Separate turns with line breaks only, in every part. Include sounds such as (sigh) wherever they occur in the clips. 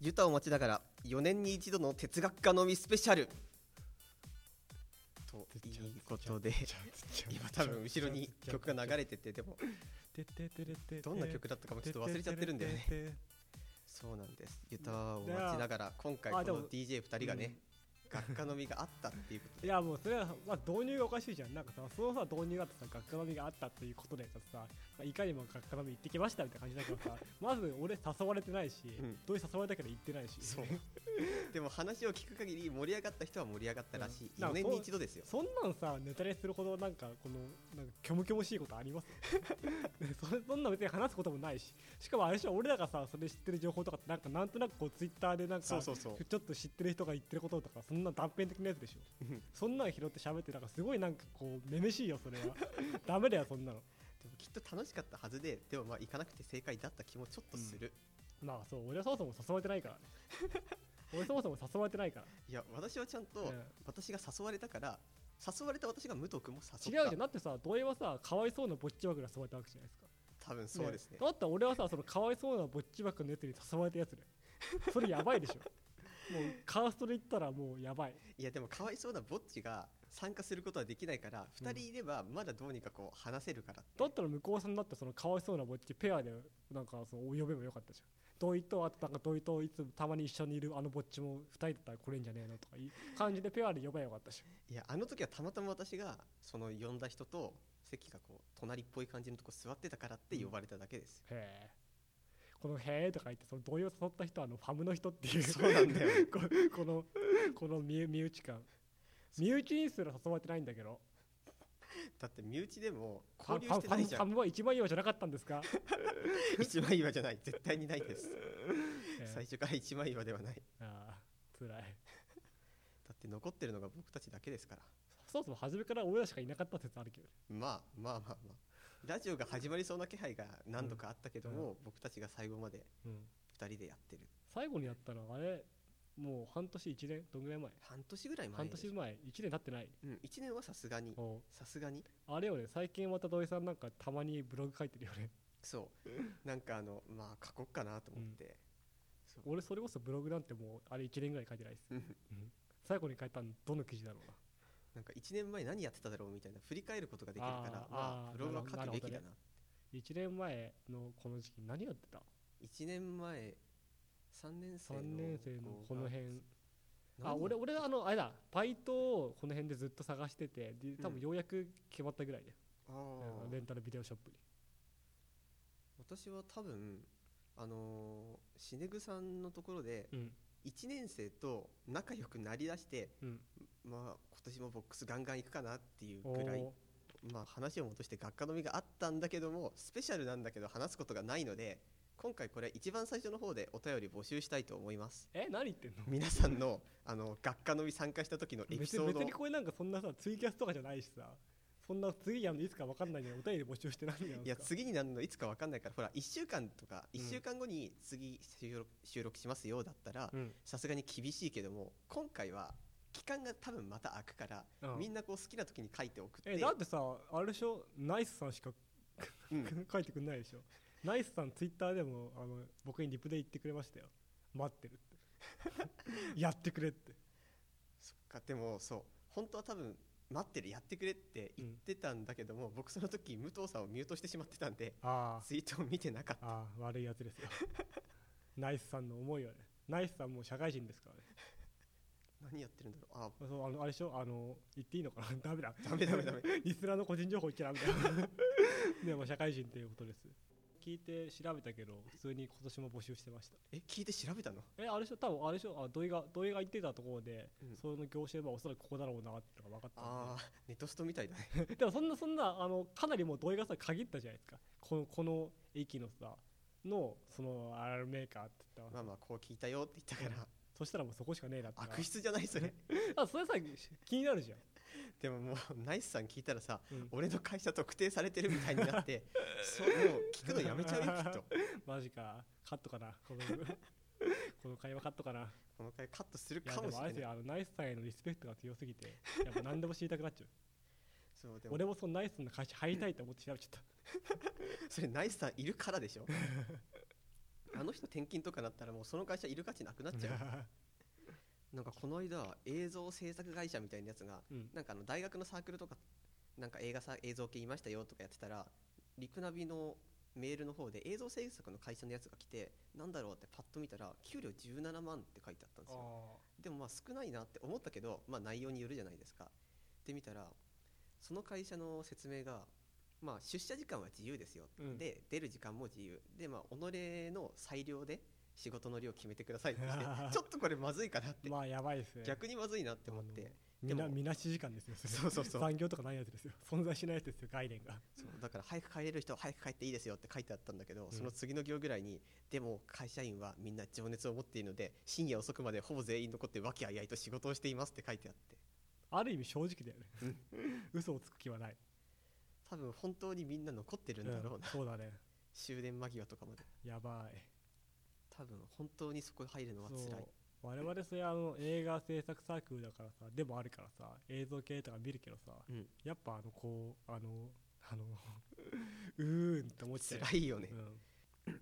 ユタを待ちながら4年に一度の哲学家のみスペシャルということで今多分後ろに曲が流れててでもどんな曲だったかもちょっと忘れちゃってるんだよねそうなんですユタを待ちながら今回この DJ2 人がね学科のみがあったっていうこと
いやもうそれは、まあ、導入がおかしいじゃんなんかさそのさ導入があってさ学科のみがあったっていうことでささ、まあ、いかにも学科のみ行ってきましたみたいな感じだけどさまず俺誘われてないし、
ん
どうせ誘われたけど行ってないし
そうでも話を聞く限り盛り上がった人は盛り上がったらしい
うんなん
4
か
年に一度ですよ
そんなんさネタにするほどなんかこのなんか虚無虚無しいことあり
(laughs)
ますそれそんな別に話すこともないししかもあれでしょ俺らがさそれ知ってる情報とかってなんかなんとなくこうツイッターでなんか
そうそうそう
ちょっと知ってる人が言ってることとかそんな断片的なやつでしょそんなん拾って喋ってなんかすごいなんかこうめめしいよそれ
(laughs)
はダメだよそんなの
でもきっと楽しかったはずででもまあ行かなくて正解だった気もちょっとする、
まあそう俺はそもそも誘われてないから
(laughs)
ね俺そもそも誘われてないから
いや私はちゃんと
ええ
私が誘われたから誘われた私が武藤君も
違う
誘
じゃ
った
んだってさ土井はさかわいそうなぼっち枠が誘われたわけじゃないですか
多分そうですね
だったら俺はさそのかわいそうなぼっち枠のやつに誘われたやつでそれやば
(laughs)
いでしょもうカーストで言ったらもうやばい
いやでもかわいそうなぼっちが参加することはできないから2人いればまだどうにかこう話せるからって
だったら向こうさんだってそのかわいそうなぼっちペアでなんかその呼べばよかったじゃん土井とあとなんか土井といつもたまに一緒にいるあのぼっちも2人だったら来れんじゃねえのとかいい感じでペアで呼べばよかったじゃん
いやあの時はたまたま私がその呼んだ人と席がこう隣っぽい感じのとこ座ってたからって呼ばれただけですよ、
へえこの「へえ」とか言ってその同意を誘った人はあのファムの人っていう
そうなんだよ
ここのこの身身内感身内にすら誘われてないんだけど
だって身内でも
ファ
交流して
ファ
な
ム
い
フ
じ
ァ
ゃん
ムは一番岩じゃなかったんですか、
一枚岩じゃない絶対にないです
(laughs) え
(laughs)
え
最初から一枚岩ではない
ああつらい
だって残ってるのが僕たちだけですから
そもそも初めから俺らしかいなかった説あるけどね
まあまあまあまあラジオが始まりそうな気配が何度かあったけども、僕たちが最後まで
うん
2人でやってる
最後にやったのはあれもう半年1年どんぐらい前
半年ぐらい前
半
でし
年
ょ
前1年経ってない
うん、1年はさすがに
おう
さすがに
あれよね最近また土井さんなんかたまにブログ書いてるよ
(laughs)
ね (laughs)
そうなんかあのまあ書こっかなと思って、そう
俺それこそブログなんてもうあれ1年ぐらい書いてないです
うん (laughs)
最後に書いたのどの記事だろうな
なんか1年前何やってただろうみたいな振り返ることができるから
あ
ま
ーあー
あブログは書
なる
く
ほ
べ
ど
きだ
な
な
1年前のこの時期何やってた
1年前3年生の
3年生のこの辺
何
あ俺俺あのあれだバイトをこの辺でずっと探しててで多
う
分
ん
ようやく決まったぐらいで、
あ
あの
ー
レンタルビデオショップに
私は多分あのーシネグさんのところで
うん
1年生と仲良くなりだして
うん
まあ今年もボックスガンガン行くかなっていう
お
くらい
ー
まあ、話を戻して学科のみがあったんだけどもスペシャルなんだけど話すことがないので今回これ一番最初の方でお便り募集したいと思います
え何言ってんの
皆さんのあの学科のみ参加した時のエピ
別
ソ
に
ー
別
ド
にこれなんかそんなさツイキャスとかじゃないしさそんな次やるのいつか分かんないのにお便り募集してないんじゃない
いや
ですか
次になるのいつか分かんないからほら1週間とか1週間後に次収録収録しますよだったら
うん
さすがに厳しいけども今回は期間が多分また空くから、
うん
みんなこう好きな時に書いて送って
えだってさあれでしょナイスさんしか (laughs)
うん
書いてくんないでしょナイスさんツイッターでもあの僕にリプで言ってくれましたよ待ってるって (laughs) やってくれって
(laughs) そっかでもそう本当は多分待ってるやってくれって言ってたんだけども、僕その時武藤さんをミュートしてしまってたんで
あ
ツイートを見てなかっ
あ
た
ああ悪いやつですよナイスさんの思いはねナイスさんもう社会人ですからね
何やってるんだろうあ
そうあのあれでしょあの言っていいのかな (laughs) ダメだ
ダメダメダメ
リスナーの個人情報言っちゃダメだよ (laughs) でも社会人ということです聞いて調べたけど普通に今年も募集してました
え聞いて調べたの
えあれでしょ多分あれでしょあ土井が土井が言ってたところで、
うん
その業種はおそらくここだろうなってのが分かったん
ああネトストみたいだね
ででもそんなそんなあのかなりもう土井がさ限ったじゃないですかこのこの駅のさのそのアラームメーカーって言っ
ま
たら、
あまあこう聞いたよって言ったから
そしたらもうそこしかねえなってな
悪質じゃないそれ
あそれさ気になるじゃん
でももうナイスさん聞いたらさ、
うん
俺の会社特定されてるみたいになって
(laughs)
そうもう聞くのやめちゃうよきっと
マジかカットかなこの
(laughs)
この会話カットかな
この回カットする
いや
か
で
もし
もあれ
れ
ですよ
ない
あのナイスさんへのリスペクトが強す
(laughs)
ぎてやっぱ何でも知りたくなっちゃう
そうでも
俺もそのナイスさんの
(laughs)
会社入りたいと思って調べちゃった
それナイスさんいるからでしょ (laughs) あの人転勤とかなったらもうその会社いる価値なくなっちゃうなんかこの間映像制作会社みたいなやつが、
うん
なんかあの大学のサークルとかなんか映画さ映像系いましたよとかやってたらリクナビのメールの方で映像制作の会社のやつが来てなんだろうってパッと見たら給料17万って書いてあったんですよ
あ
でもまあ少ないなって思ったけど、まあ、内容によるじゃないですか。で見たらその会社の説明が、まあ、出社時間は自由ですよ、
うん
で出る時間も自由で、まあ、己の裁量で仕事の量決めてくださいって
(laughs)
してちょっとこれまずいかなって、
まあやばいですね
逆にまずいなって思って
み
で
な
も
みなし時間ですよそれ
(laughs) そうそうそう
残業とかないやつですよ存在しないやつですよ概念が
そうだから早く帰れる人は早く帰っていいですよって書いてあったんだけど、
ん
その次の行ぐらいにでも会社員はみんな情熱を持っているので深夜遅くまでほぼ全員残って和気あいあいと仕事をしていますって書いてあって
ある意味正直だよね
(laughs)
嘘をつく気はない
多分本当にみんな残ってるんだろうな、
うんそうだね
終電間際とかまで
やばい
多分本当にそこに入るのは辛い
そう我々それあの映画制作サークルだからさでもあるからさ映像系とか見るけどさ、
うん
やっぱあのこうあのあの (laughs) うーんって思っちゃう
辛いよね、
うん
そ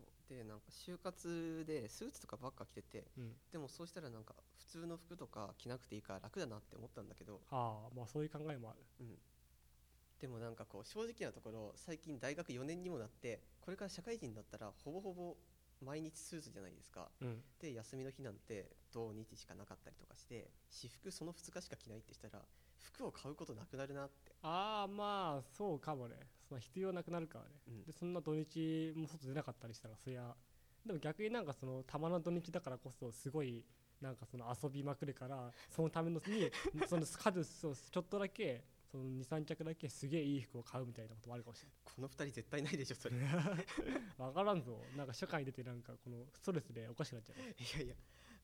うでなんか就活でスーツとかばっか着てて
うん、
でもそうしたらなんか普通の服とか着なくていいから楽だなって思ったんだけど、
ああまあそういう考えもある
うん、でもなんかこう正直なところ最近大学4年にもなってこれから社会人だったらほぼほぼ毎日スーツじゃないですか
うん
で休みの日なんて土日しかなかったりとかして私服その2日しか着ないってしたら服を買うことなくなるなって、
ああまあそうかもねその必要なくなるからね、
うん
でそんな土日も外出なかったりしたらそりゃでも逆になんかそのたまの土日だからこそすごいなんかその遊びまくるからそのためのに (laughs) その数そうちょっとだけその23着だけすげえいい服を買うみたいなこともあるかもしれ
(laughs)
ない
この2人絶対ないでしょそれい
分からんぞなんか社会に出てなんかこのストレスでおかしくなっちゃう
やいや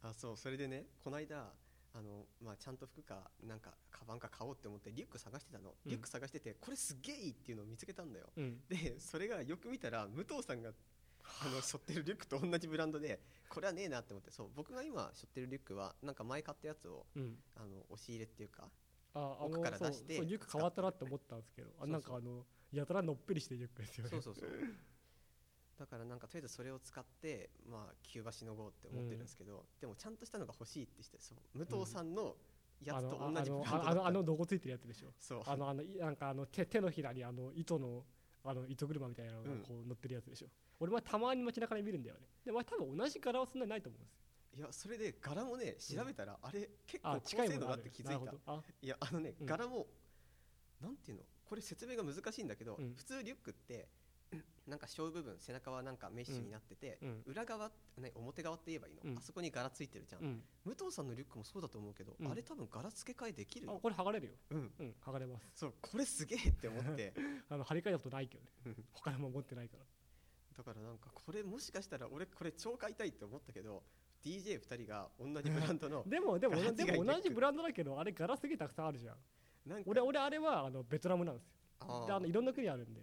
あそうそれでねこの間あの、まあ、ちゃんと服かなんかカバンか買おうって思ってリュック探してたの、
うん
リュック探しててこれすげえいいっていうのを見つけたんだよ
うん
でそれがよく見たら武藤さんがあの背負ってるリュックと同じブランドでこれはねえなって思ってそう僕が今背負ってるリュックはなんか前買ったやつを
うん
あの押し入れっていうか
ああの
奥から
そう
出して
そうリュック変わったなって思ったんですけどあ
そうそう
なんかあのやたらのっぺりしてるリュックですよね
そうそうそうだからなんかとりあえずそれを使ってまあ急場しのごうって思ってるんですけど、でもちゃんとしたのが欲しいってしてそう武藤さんのや
あ
つと
の
同
あ
じブランドだ
あのあのあ
った
のどこついてるやつでしょ
そう
あのあのいなんかあの手手のひらにあの糸のあの糸車みたいなのが
うん
こう乗ってるやつでしょ、俺はたまに街中で見るんだよねでまあ多分同じ柄はそんなにないと思うんですよ
いやそれで柄もね調べたら、あれ結構
あ近
高
い
精
も
度だ
のあ
っ
る
て気
な
づ
る
い
ほ
た
どあ
いやあのね、
うん
柄もなんていうのこれ説明が難しいんだけど、
うん
普通リュックってなんか小部分背中はなんかメッシュになってて、
うん
裏側、ね、表側って言えばいいの、
うん
あそこに柄ついてるじゃん、
うん
武藤さんのリュックもそうだと思うけど、
うん
あれ多分柄付け替えできる
あ
よ、
これ剥がれるよ
うん、
うん剥がれます
そうこれすげえって思って
(laughs) あの張り替えたことないけどね
うん
他のもん持ってないから
だからなんかこれもしかしたら俺これ超買いたいって思ったけど DJ2 人が同じブランドの
でもでも
柄違い
で
リ
も
ュッ
同
ク
じブランドだけどあれ柄すげえたくさんあるじゃん
なんか
俺俺あれはあのベトナムなんですよ
あ
であの
ー
いろんな国あるんで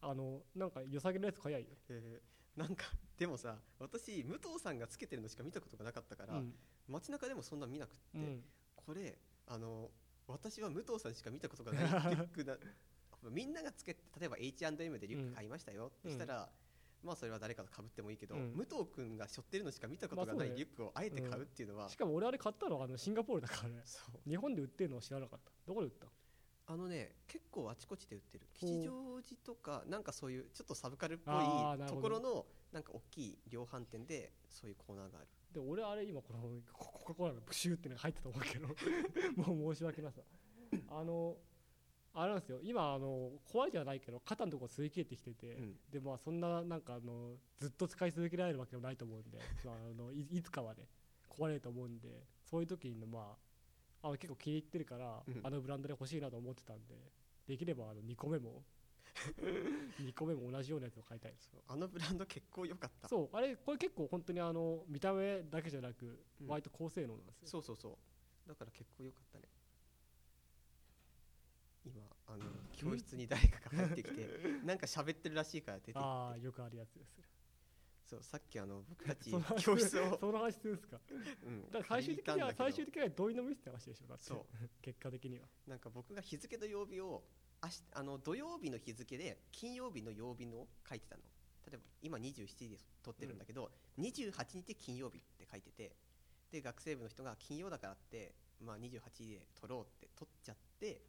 あのなんか良さげなやつ早いよ、
えーなんかでもさ私武藤さんがつけてるのしか見たことがなかったか
う
ら、
ん
街中でもそんな見なくって、
うん、
これあの私は武藤さんしか見たことがない (laughs) リュックだみんながつけて例えば H&M でリュック買いましたよってしたら、まあそれは誰かと被ってもいいけど、
うん
武藤君が背負ってるのしか見たことが
まあ
な
そう
い
だよ
リュックをあえて買うっていうのは、
しかも俺あれ買ったのはあのシンガポールだからね
そう
日本で売ってるのは知らなかったどこで売った
あのね結構あちこちで売ってる
ほう
吉祥寺とかなんかそういうちょっとサブカルっぽ
あー
い
なる
と
ほ
こ
ど
ろのなんか大きい量販店でそういうコーナーがある
で俺あれ今このココカ・コーラのプシューってのが入ってたと思うけど (laughs) もう申し訳なさあのあれなんですよ今あの怖いじゃないけど肩のところすり切れてきてて、
うん
でまあそんななんかあのずっと使い続けられるわけでもないと思うんで、 (laughs) まあ、あのいいつかはね壊れると思うんでそういう時にまああの結構気に入ってるから、
うん
あのブランドで欲しいなと思ってたんでできればあの2個
(laughs)
目も2個目も同じようなやつを買いたいです
そうあのブランド結構良かった
そうあれこれ結構本当にあの見た目だけじゃなく
うん
割と高性能なんです
そ
よ、
うそうそうだから結構良かったね今あの教室に誰かが入ってき
(laughs)
てなんか喋ってるらしいから出て行
あ
っ
あ
て
よくあるやつです
そうさっきあの僕たち
(laughs) その話
教室を、
その話するんですか
うん
だから最終的
借
に
り
は
たんだけど
最終的には同意のミスって話でしょだって
そ
結果的には
うなんか僕が日付と曜日をあしあの土曜日の日付で金曜日の曜日の書いてたの例えば今27時で撮ってるんだけど、28日金曜日って書いててで学生部の人が金曜だからって、まあ、28時で撮ろうって撮っちゃって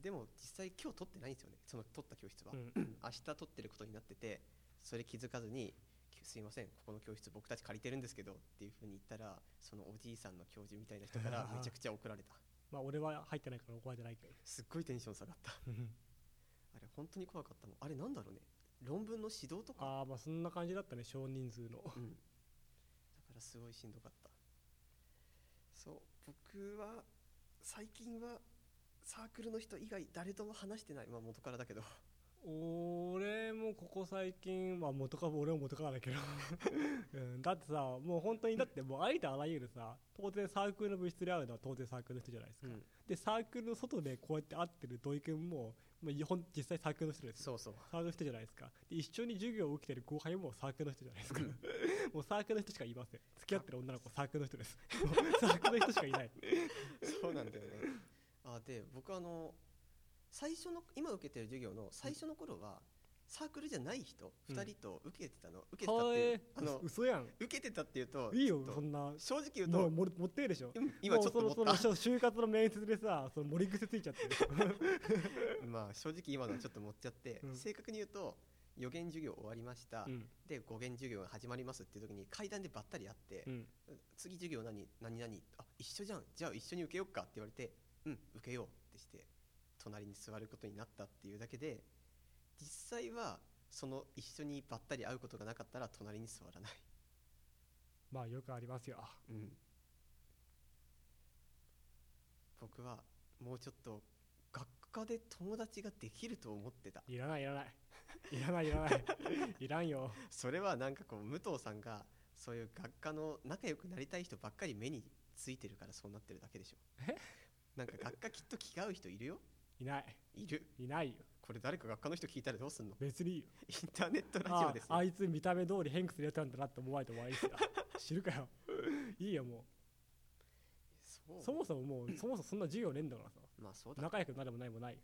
でも実際今日撮ってないんですよねその撮った教室は、
うん
明日撮ってることになっててそれ気づかずに「すいませんここの教室僕たち借りてるんですけど」っていうふうに言ったらそのおじいさんの教授みたいな人から
(laughs)
めちゃくちゃ怒られた
まあ俺は入ってないから覚えてないけど
すっごいテンション下 (laughs) がったあれ本当に怖かったのあれなんだろうね論文の指導とか、
ああまあそんな感じだったね少人数の
うん、だからすごいしんどかったそう僕は最近はサークルの人以外誰とも話してないまあ元からだけど
俺もここ最近は元カノ俺も元カノだけど、うん、だってさもう本当にだってもうありとあらゆるさ当然サークルの部室で会うのは当然サークルの人じゃないですか、
うん
でサークルの外でこうやって会ってる土井君も、まあ、ほん実際サークルの人ですよ
そうそう
サークルの人じゃないですかで一緒に授業を受けてる後輩もサークルの人じゃない (laughs) ですかもうサークルの人しかいません付き合ってる女の子サークルの人 (laughs) ですもうサークルの人しかい (laughs) ない
そうなんだよね。 (laughs) あで僕あの最初の今受けてる授業の最初の頃はサークルじゃない人
うん
2人と受けてたの、受けてたって
は
いう、
え
あの
嘘やん
受けてたっていうと
いいよ
ちょっと
そんな
正直言う
もう
と
も持ってるでしょ
うん (laughs) 今ちょっと思
もう
っ
その
た
その就活の面接でさその盛り癖ついち
(laughs)
ゃってる
まあ正直今のはちょっと持っちゃって、
うん
正確に言うと予言授業終わりました、
うん
で語言授業が始まりますっていう時に階段でばったり会って、
うん
次授業何何何あ一緒じゃんじゃあ一緒に受けようかって言われてうん受けようってして隣に座ることになったっていうだけで実際はその一緒にばったり会うことがなかったら隣に座らない、
まあよくありますよ
うん、僕はもうちょっと学科で友達ができると思ってた
いらないいらないいらないいらないいらんよ
それはなんかこう武藤さんがそういう学科の仲良くなりたい人ばっかり目についてるからそうなってるだけでしょ
え
なんか学科きっと気が合う人いるよ
いない
いる
いないよ
これ誰か学科の人聞いたらどうすんの
別にいいよ
インターネットラジ
あ
オですよ
あいつ見た目通り偏屈でやったんだなって思われて終わりですよ知るかよいいよも
そうう
そもそももうそもそもそんな授業ねえんだからさ
まあそうだ
仲良くなるもないもない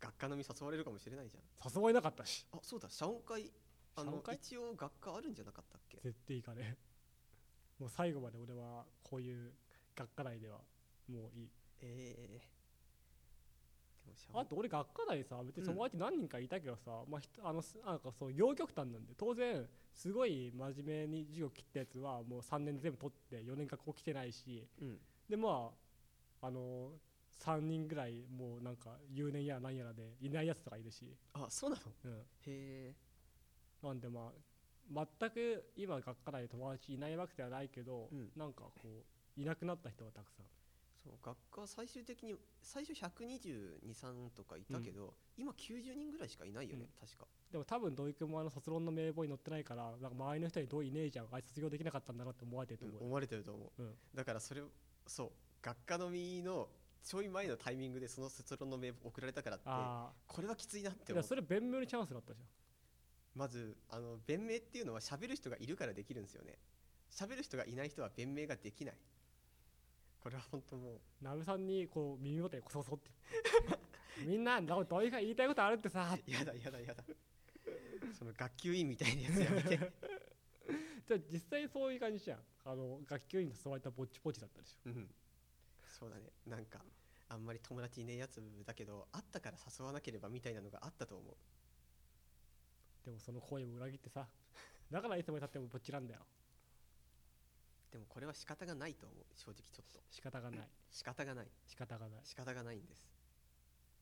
学科のみ誘われるかもしれないじゃ
誘われなかったし
んあそうだ謝恩会あ
謝恩
の
会
一応学科あるんじゃなかったっけ
絶対いいかねもう最後まで俺はこういう学科内ではもういい
ええでも謝
あ
恩
と俺学科内さ別に友達何人かいたけどさ、まあひとあのすなんかそう両極端なんで当然すごい真面目に授業切ったやつはもう3年全部取って4年学校来てないし
うん
でまああの3人ぐらいもうなんか留年やらなんやらでいないやつとかいるし、
あそうなの
うん、
へえ
なんでまあ全く今学科内で友達いないわけではないけど、
うん
なんかこういなくなった人はたくさん
そう学科最終的に最初1223とかいたけど、今90人ぐらいしかいないよね、
うん
確か
でも多分土井君もあの卒論の名簿に載ってないからなんか周りの人に「どういねえじゃんあいつ卒業できなかったんだな」って思われてると思うよ、
思われてると思う、
うん
だからそれをそう学科のみのちょい前のタイミングでその卒論の名簿送られたからって
あ
これはきついなっ
あ
て
い
思
や
う
それ弁明のチャンスだったじゃん
まずあの弁明っていうのは喋る人がいるからできるんですよね喋る人がいない人は弁明ができないこれは本当も
ナベさんにこう耳元にこそこそって (laughs) みんなど土井が言いたいことあるってさ
うやだやだやだその学級委員みたいなやつやめて
じゃあ実際そういう感じじゃんあの学級委員に誘われたぼっちぼっちだったでし
う
ょ
んそうだねなんかあんまり友達いねえやつだけど会ったから誘わなければみたいなのがあったと思う
でもその声も裏切ってさだからいつまでたってもぼっちなんだよ
でもこれは仕方がないと思う正直ちょっと
仕方がない
仕方がない
仕方がない
仕方がないんです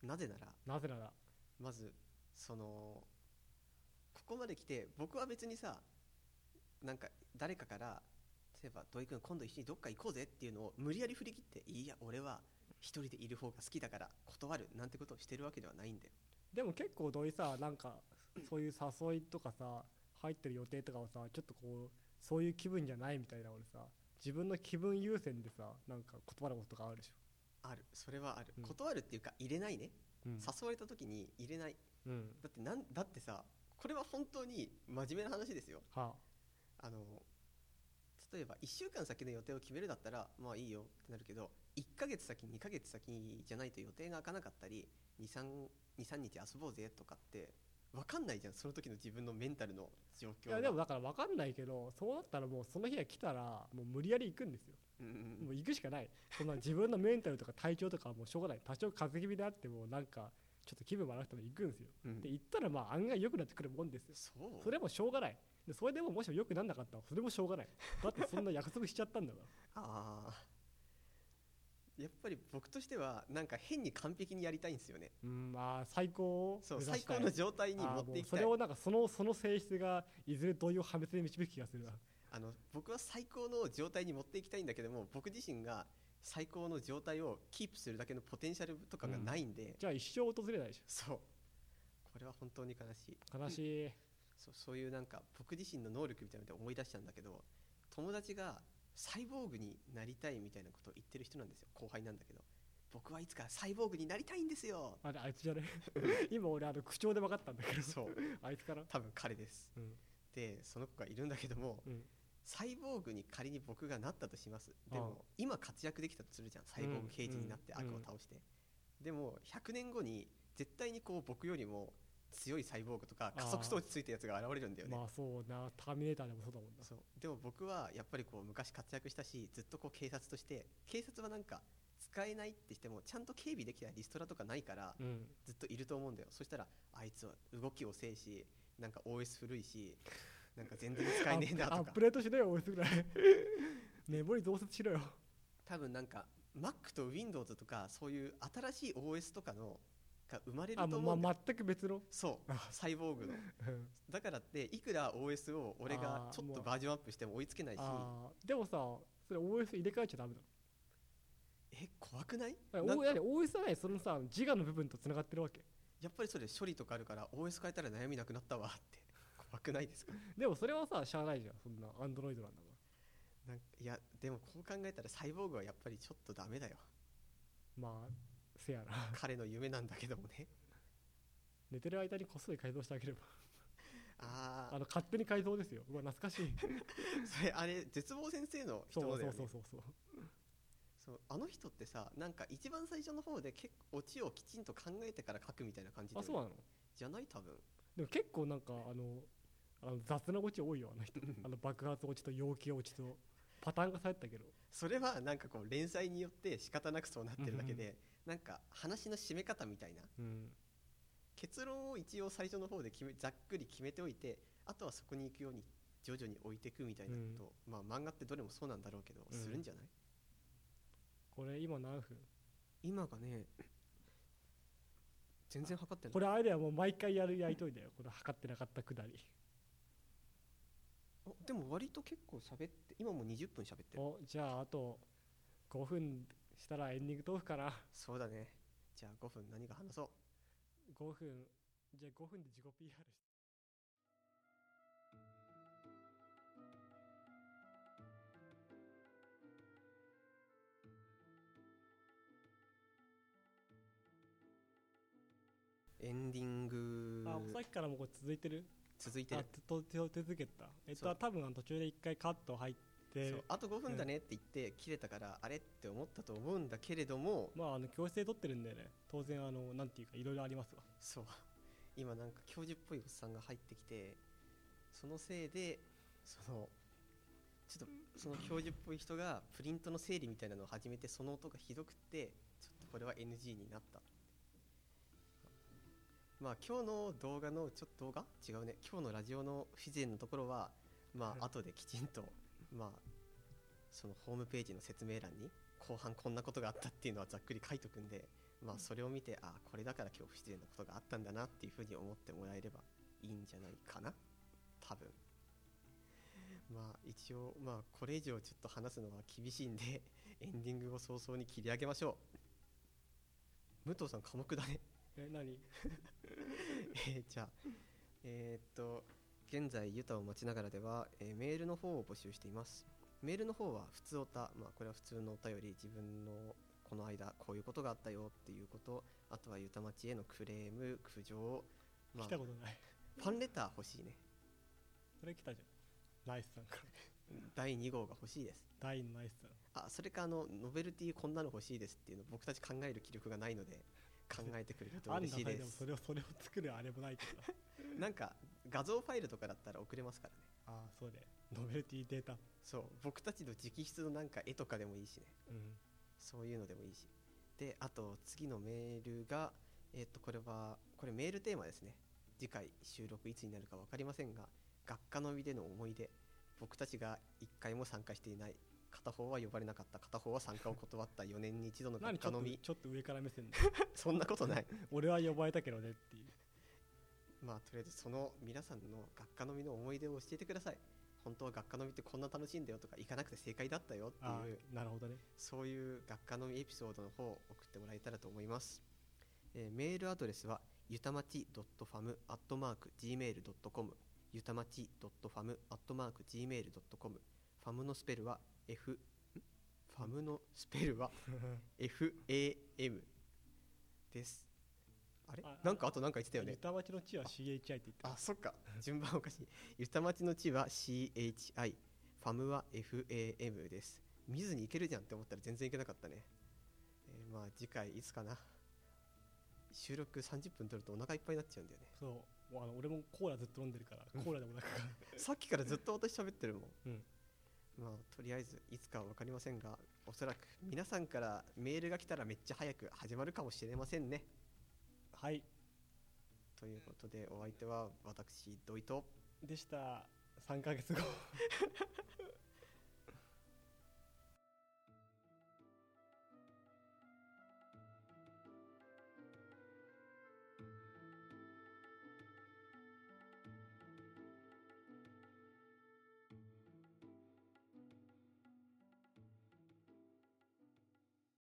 なぜなら
なぜなら
まずそのここまで来て僕は別にさなんか誰かから例えば土井君今度一緒にどっか行こうぜっていうのを無理やり振り切っていや俺は一人でいる方が好きだから断るなんてことをしてるわけではないんだよ
でも結構土井さなんかそういう誘いとかさ入ってる予定とかをさちょっとこうそういう気分じゃないみたいな俺さ自分の気分優先でさなんか断ることとかあるでしょ、
あるそれはある、
うん
断るっていうか入れないね、
うん
誘われた時に入れない
うん、
だってなんだってさこれは本当に真面目な話ですよ
はあ
あの例えば1週間先の予定を決めるだったらまあいいよってなるけど1ヶ月先2ヶ月先じゃないと予定が開かなかったり23日遊ぼうぜとかって分かんないじゃんその時の自分のメンタルの状
い
況
や
が
でもだから分かんないけどそうなったらもうその日が来たらもう無理やり行くんですよ
うんうんうん
もう行くしかないそんな自分のメンタルとか体調とかはもうしょうがない多少風邪気味であってもなんかちょっと気分悪くても行くんですよ
うん
で行ったらまあ案外良くなってくるもんですよ
そう
それもしょうがないでそれでももしも良くなんなかったらそれもしょうがないだってそんな約束しちゃったんだから
(laughs) ああやっぱり僕としてはなんか変に完璧にやりたいんですよね
うんまあ最高を
そう
目指
最
したい
高の状態に
あ
持
あ
っ
も
ていうきた
そ
い
れ
あ
をなんかそのその性質がいずれ同様破滅に導く気がするな
の僕は最高の状態に持っていきたいんだけども僕自身が最高の状態をキープするだけのポテンシャルとかがないんで、
じゃあ一生訪れないでし
そうこれは本当に悲しい
ょ悲しい、
そうそういうなんか僕自身の能力みたいなので思い出したんだけど友達がサイボーグになりたいみたいなことを言ってる人なんですよ後輩なんだけど僕はいつかサイボーグになりたいんですよ
あれあいつじゃね今俺あの口調で分かったんだけど
そう
あいつから
多分彼です
うん
でその子がいるんだけども
うん
サイボーグに仮に僕がなったとしますで
うん
も今活躍できたとするじゃんサイボーグ刑事になって
うん
悪を倒して、でも100年後に絶対にこう僕よりも強いサイボーグとか加速装置ついたやつが現れるんだよね
まあそうなターミネーターでもそうだもんな
そうでも僕はやっぱりこう昔活躍したしずっとこう警察として警察はなんか使えないってしてもちゃんと警備できたリストラとかないから
うん
ずっといると思うんだよそしたらあいつは動き遅いしなんか OS 古いしなんか全然使えねえな
ア
と
ップア
か
ップデートしろよ俺すぐらい (laughs) メモリ増設しろよ
多分なんか Mac と Windows とかそういう新しい OS とかのが生まれる
あ
と思
も
う
うん
だよ
ま全く別の
そう
あ
サイボーグの
うん
だからっていくら OS を俺が
あー
ちょっ
も
と
う
バージョンアップしても追いつけないし
あーでもさそれ OS 入れ替えちゃダメだ
え怖くない
だ
な
か
ん
ら
か
O- だって OS はねそのさ自我の部分とつながってるわけ
やっぱりそれ処理とかあるから OS 変えたら悩みなくなったわって怖くないですか
でもそれはさしゃあないじゃんそんなアンドロイドなんだか
な
ら
んかいやでもこう考えたらサイボーグはやっぱりちょっとダメだよ
まあせやな (laughs)
彼の夢なんだけどもね
寝てる間にこっそり改造してあげれば
あ
あの勝手に改造ですようわ懐かしい
あそれあれ絶望先生の (laughs) 人
そ
の
う
だ
そ
よ
う
ね
そうそうそう
そうあの人ってさなんか一番最初の方で結構オチをきちんと考えてから書くみたいな感じだ
あ
よ
そ
ね
うなの
じゃない多分 (laughs)
でも結構なんかあのあの雑なオチ多いよあの人あの爆発落ちと陽気落ちとパターンがされてたけど
それはなんかこう連載によって仕方なくそうなってるだけで、なんか話の締め方みたいな
うん
結論を一応最初の方で決めざっくり決めておいてあとはそこに行くように徐々に置いていくみたいなことを、まあ漫画ってどれもそうなんだろうけど、
うん
するんじゃない
これ今何分
今がね全然測ってない
これあれだよもう毎回やるやいといだよこれ測ってなかったくだり
おでも割と結構喋って今もう20分喋ってる
おじゃああと5分したらエンディングトークかな
そうだねじゃあ5分何が話そう
5分じゃあ5分で自己 PR して
エンディング
あさっきからもうこれ続いてる
続いて
あ
る
ずっと手を手続けてたえっ
そ
と
う
多分あの途中で一回カット入っ
そ
て
うあと5分だねって言って切れたからあれって思ったと思うんだけれども
まああの教室で撮ってるんでね当然あのなんていうかいろいろありますわ
そう今なんか教授っぽいおっさんが入ってきてそのせいでそのちょっとその教授っぽい人がプリントの整理みたいなのを始めてその音がひどくってちょっとこれは NG になったまあ今日の動画のちょっと動画違うね今日のラジオの不自然のところはま
うん
あ後できちんとまあそのホームページの説明欄に後半こんなことがあったっていうのはざっくり書いとくんでまあそれを見てあこれだから恐怖自然なことがあったんだなっていうふうに思ってもらえればいいんじゃないかな多分まあ一応まあこれ以上ちょっと話すのは厳しいんでエンディングを早々に切り上げましょう武藤さん寡黙だね
え何
えーじゃあえーっと現在ユタを待ちながらでは、えーメールの方を募集していますメールの方は普通おた、まあ、これは普通のお便り自分のこの間こういうことがあったよっていうことあとはユタ町へのクレーム苦情、ま
来
あ、
たことない
ファンレター欲しいね
それ来たじゃんナイスさんから
第2号が欲しいです
大のナイスさん
あそれかあのノベルティこんなの欲しいですっていうの僕たち考える気力がないので考えてくれると
(laughs) あん
嬉
だ
しい
で
で
も
す
それをそれを作るあれもないけど
なんか画像ファイルとかだったら送れますからね
ああそうでノベルティデータ
そう僕たちの直筆のなんか絵とかでもいいしね
うん
そういうのでもいいしであと次のメールがえっ、とこれはこれメールテーマですね次回収録いつになるか分かりませんが学科のみでの思い出僕たちが1回も参加していない片方は呼ばれなかった片方は参加を断った4年に1度の
何
学
ちょ
科
っと
のみ
ちょっと上から目線で
(laughs) そんなことない
俺は呼ばれたけどねっていう
まあとりあえずその皆さんの学科のみの思い出を教えてください本当は学科のみってこんな楽しいんだよとか行かなくて正解だったよって
あ
いう
あなるほどね
そういう学科のみエピソードの方を送ってもらえたらと思います、えーメールアドレスはゆたまち .fam.gmail.com ゆたまち .fam.gmail.com ファムのスペルは F んファムのスペルは FAM ですあれ
ああ
なんかあとなんか言ってたよね
歌町の地は CHI って言って
あそっか順番おかしいゆたまちの地は CHI ファムは FAM です見ずに行けるじゃんって思ったら全然行けなかったね、えーまあ次回いつかな収録30分撮るとお腹いっぱいになっちゃうんだよ
(laughs)
ね
そうもうあの俺もコーラずっと飲んでるからコーラでも
(laughs)
なんか
さっきからずっと私喋ってるもん、
うん
まあとりあえずいつかは分かりませんがおそらく皆さんからメールが来たらめっちゃ早く始まるかもしれませんね
はい
ということでお相手は私土井と
でした3ヶ月後